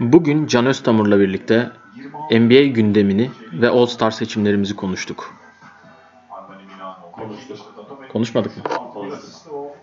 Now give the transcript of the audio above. Bugün Can Öztamur'la birlikte NBA gündemini ve All Star seçimlerimizi konuştuk. Konuşmadık mı? Konuştuk.